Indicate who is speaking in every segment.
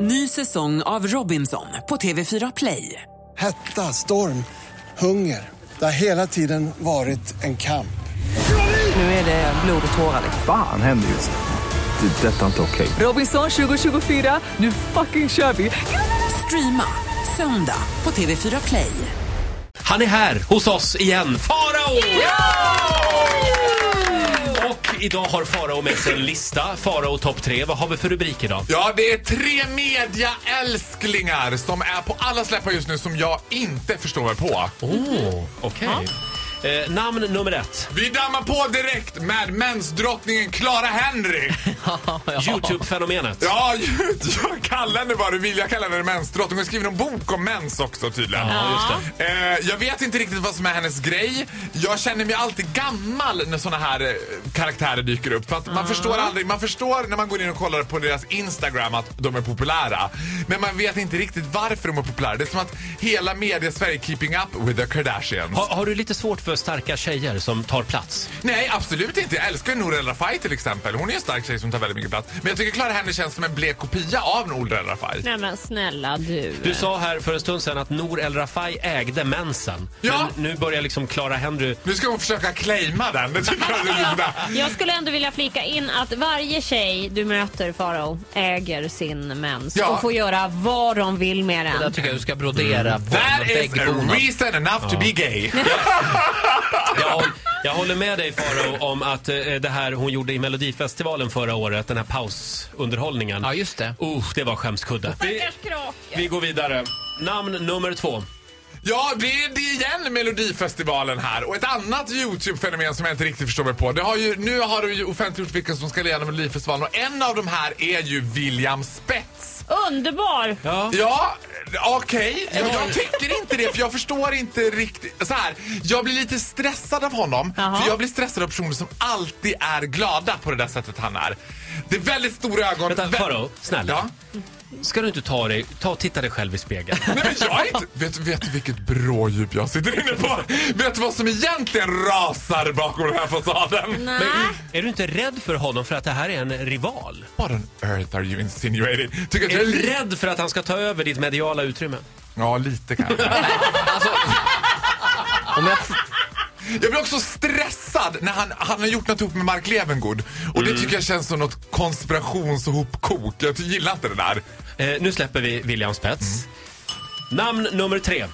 Speaker 1: Ny säsong av Robinson på TV4 Play.
Speaker 2: Hetta, storm, hunger. Det har hela tiden varit en kamp.
Speaker 1: Nu är det blod och tårar. liksom.
Speaker 3: Fan händer just nu. Det. är Detta är inte okej.
Speaker 1: Robinson 2024, nu fucking kör vi! Streama söndag på TV4 Play.
Speaker 4: Han är här hos oss igen, Farao! Och idag har Farao med sig en lista, Farao topp tre. Vad har vi för rubrik idag?
Speaker 5: Ja, det är tre mediaälsklingar som är på alla släppar just nu som jag inte förstår mig på.
Speaker 4: Oh, okej. Eh, namn nummer ett.
Speaker 5: Vi dammar på direkt med mensdrottningen Clara Henry.
Speaker 4: Youtube-fenomenet.
Speaker 5: Ja, jag kallar henne vad du vill. Jag kallar henne mensdrottning. Hon skriver en bok om mens också tydligen.
Speaker 4: Ja, just
Speaker 5: Eh, jag vet inte riktigt vad som är hennes grej. Jag känner mig alltid gammal när såna här eh, karaktärer dyker upp. För att
Speaker 4: Mm.
Speaker 5: man förstår aldrig. Man förstår när man går in och kollar på deras Instagram att de är populära. Men man vet inte riktigt varför de är populära. Det är som att hela media-Sverige keeping up with the Kardashians.
Speaker 4: Ha, har du lite svårt för starka tjejer som tar plats?
Speaker 5: Nej, absolut inte. Jag älskar Nour El Refai till exempel. Hon är en stark tjej som tar väldigt mycket plats. Men jag tycker Clara Henry känns som en blek kopia av Nour El Refai.
Speaker 6: Nej men snälla du.
Speaker 5: Eh.
Speaker 4: Du sa här för en stund sedan att Nour El Refai ägde mensen.
Speaker 5: Ja.
Speaker 4: Men nu börjar liksom Clara Henry...
Speaker 5: Nu ska hon försöka claima den. Det tycker jag är lite bra.
Speaker 6: Jag skulle ändå vilja flika in att varje tjej du möter Faro äger sin mens
Speaker 5: Ja.
Speaker 6: och får göra vad de vill med
Speaker 7: Det där
Speaker 6: den.
Speaker 7: tycker jag du ska brodera på
Speaker 5: Mm. That
Speaker 7: en
Speaker 5: is a
Speaker 7: väggbonad.
Speaker 5: reason enough to be gay.
Speaker 4: Jag, håll- jag håller med dig Faro om att eh, det här hon gjorde i Melodifestivalen förra året, den här pausunderhållningen.
Speaker 7: Ja, just det.
Speaker 4: Uh, det var skämskudde. Vi, vi går vidare. Namn nummer två.
Speaker 5: Ja, det är det är igen Melodifestivalen här. Och ett annat Youtube-fenomen som jag inte riktigt förstår mig på. Det har ju, nu har du ju offentliggjort vilka som ska leda Melodifestivalen och en av de här är ju William Spets.
Speaker 6: Underbar!
Speaker 5: Ja, okej. Jag, jag tycker inte det, för jag förstår inte riktigt. Så här, jag blir lite stressad av honom,
Speaker 6: Jaha.
Speaker 5: för jag blir stressad av personer som alltid är glada på det där sättet han är. Det är väldigt stora ögon.
Speaker 4: Vänta,
Speaker 5: Vä-
Speaker 4: Faro, snälla.
Speaker 5: Ja.
Speaker 4: Ska du inte ta dig, ta och titta dig själv i spegeln?
Speaker 5: Nej, men jag är inte... Vet, vet du vilket brådjup jag sitter inne på? Vet du vad som egentligen rasar bakom den här fasaden?
Speaker 6: Nej.
Speaker 4: Är du inte rädd för honom för att det här är en rival?
Speaker 5: What on earth are you insinuating? Tycker att
Speaker 4: Är
Speaker 5: jag är
Speaker 4: du
Speaker 5: li-
Speaker 4: rädd för att han ska ta över ditt mediala utrymme?
Speaker 5: Ja, lite kanske.
Speaker 7: Om jag,
Speaker 5: Jag blir också stressad när han, han har gjort något ihop med Mark Levengood. Och det tycker jag känns som något konspirations och hopkok. Jag ty- gillar inte det där.
Speaker 4: Eh, nu släpper vi William
Speaker 5: Mm.
Speaker 4: Spets. Namn nummer tre.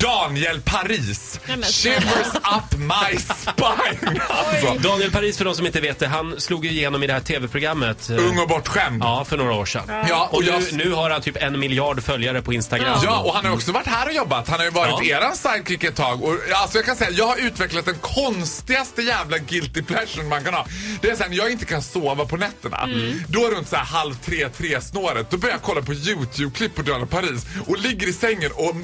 Speaker 5: Daniel Paris.
Speaker 6: Nej, men snälla.
Speaker 5: Shivers up my spine alltså.
Speaker 4: Daniel Paris, för de som inte vet det, han slog ju igenom i det här tv-programmet. eh,
Speaker 5: Ung och bortskämd. Ja.
Speaker 4: Ja, för några år sedan.
Speaker 5: och
Speaker 4: Och
Speaker 5: jag...
Speaker 4: nu, nu har han typ en miljard följare på Instagram.
Speaker 5: Ja, och han har också varit här och jobbat. Han har ju varit
Speaker 4: Ja.
Speaker 5: eran sidekick ett tag. Och, alltså jag kan säga, jag har utvecklat den konstigaste jävla guilty pleasure man kan ha. Det är såhär när jag inte kan sova på nätterna.
Speaker 7: Mm.
Speaker 5: Då runt såhär halv tre, tre snåret. Då börjar jag kolla på YouTube-klipp på Döda Paris och ligger i sängen och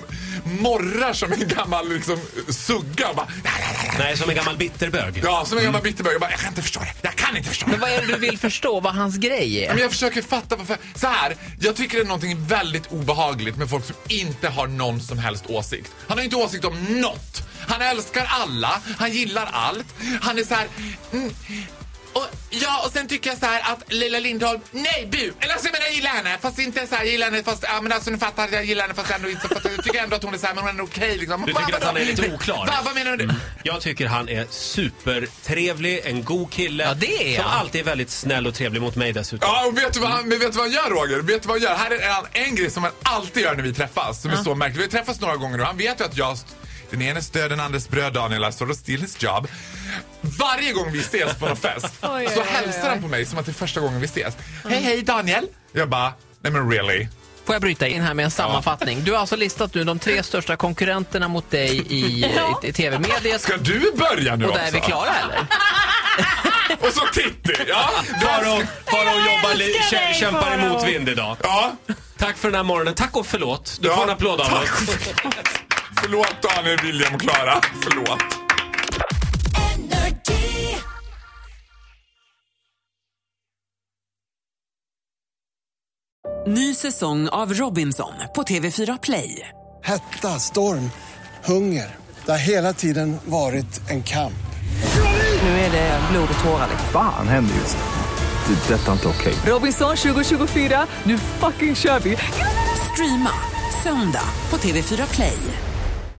Speaker 5: morrar som en gammal liksom sugga. Och Bara,
Speaker 4: Nej, som en gammal bitterbög.
Speaker 5: ja, som en gammal bitterbög. Jag bara, jag kan inte förstå det. Jag kan inte förstå det.
Speaker 7: Mm. men vad är det du vill förstå? Vad hans grej
Speaker 5: Ja,
Speaker 7: är?
Speaker 5: Men jag försöker fatta varför. Så här, jag tycker det är någonting väldigt obehagligt med folk som inte har någon som helst åsikt. Han har inte åsikt om något. Han älskar alla, han gillar allt. Han är så här... Mm, och, ja, och sen tycker jag så här att Lilla Lindholm, nej bu! Eller alltså jag menar jag gillar henne fast inte så här, jag gillar henne fast, ja men alltså ni fattar, jag gillar henne fast ändå inte. Fast jag tycker ändå att hon är så här, men hon är okej liksom.
Speaker 4: Du tycker att han är lite oklar? Mm.
Speaker 5: Va, vad menar du?
Speaker 4: Jag tycker han är supertrevlig, en god kille.
Speaker 7: Ja, det är
Speaker 4: Som
Speaker 7: han.
Speaker 4: alltid är väldigt snäll och trevlig mot mig dessutom.
Speaker 5: Ja, och vet du, vad han, men vet du vad han gör Roger? Vet du vad han gör? Här är en, en grej som han alltid gör när vi träffas, som är så märkligt. Vi har träffats några gånger och han vet ju att jag... st- Den ene stöd, den andres bröd, Daniel. I sort of steal his job. Varje gång vi ses på någon fest
Speaker 6: Oj,
Speaker 5: så
Speaker 6: oj,
Speaker 5: hälsar han på mig som att det är första gången vi ses. Hej, hej Daniel! Jag bara, nej men really?
Speaker 7: Får jag bryta in här med en sammanfattning? Du har alltså listat nu de tre största konkurrenterna mot dig i, i, i tv-mediet.
Speaker 5: Ska du börja nu
Speaker 7: Och
Speaker 5: också?
Speaker 7: där är vi klara, eller?
Speaker 5: Och så Titti! Ja,
Speaker 4: Faro, Faro jobbar li-
Speaker 6: älskar
Speaker 4: kä-
Speaker 6: dig,
Speaker 4: kämpar
Speaker 6: Faro.
Speaker 4: emot vind idag.
Speaker 5: ja.
Speaker 4: Tack för den här morgonen. Tack och förlåt. Du
Speaker 5: Ja,
Speaker 4: får en applåd av
Speaker 5: tack.
Speaker 4: oss.
Speaker 5: Förlåt Daniel, William och Klara. Förlåt.
Speaker 1: Ny säsong av Robinson på TV4 Play.
Speaker 2: Hetta, storm, hunger. Det har hela tiden varit en kamp.
Speaker 1: Nu är det blod och tårar.
Speaker 3: Fan händer just nu. det. Det är detta inte okej.
Speaker 1: Robinson 2024, nu fucking kör vi! Streama söndag på TV4 Play.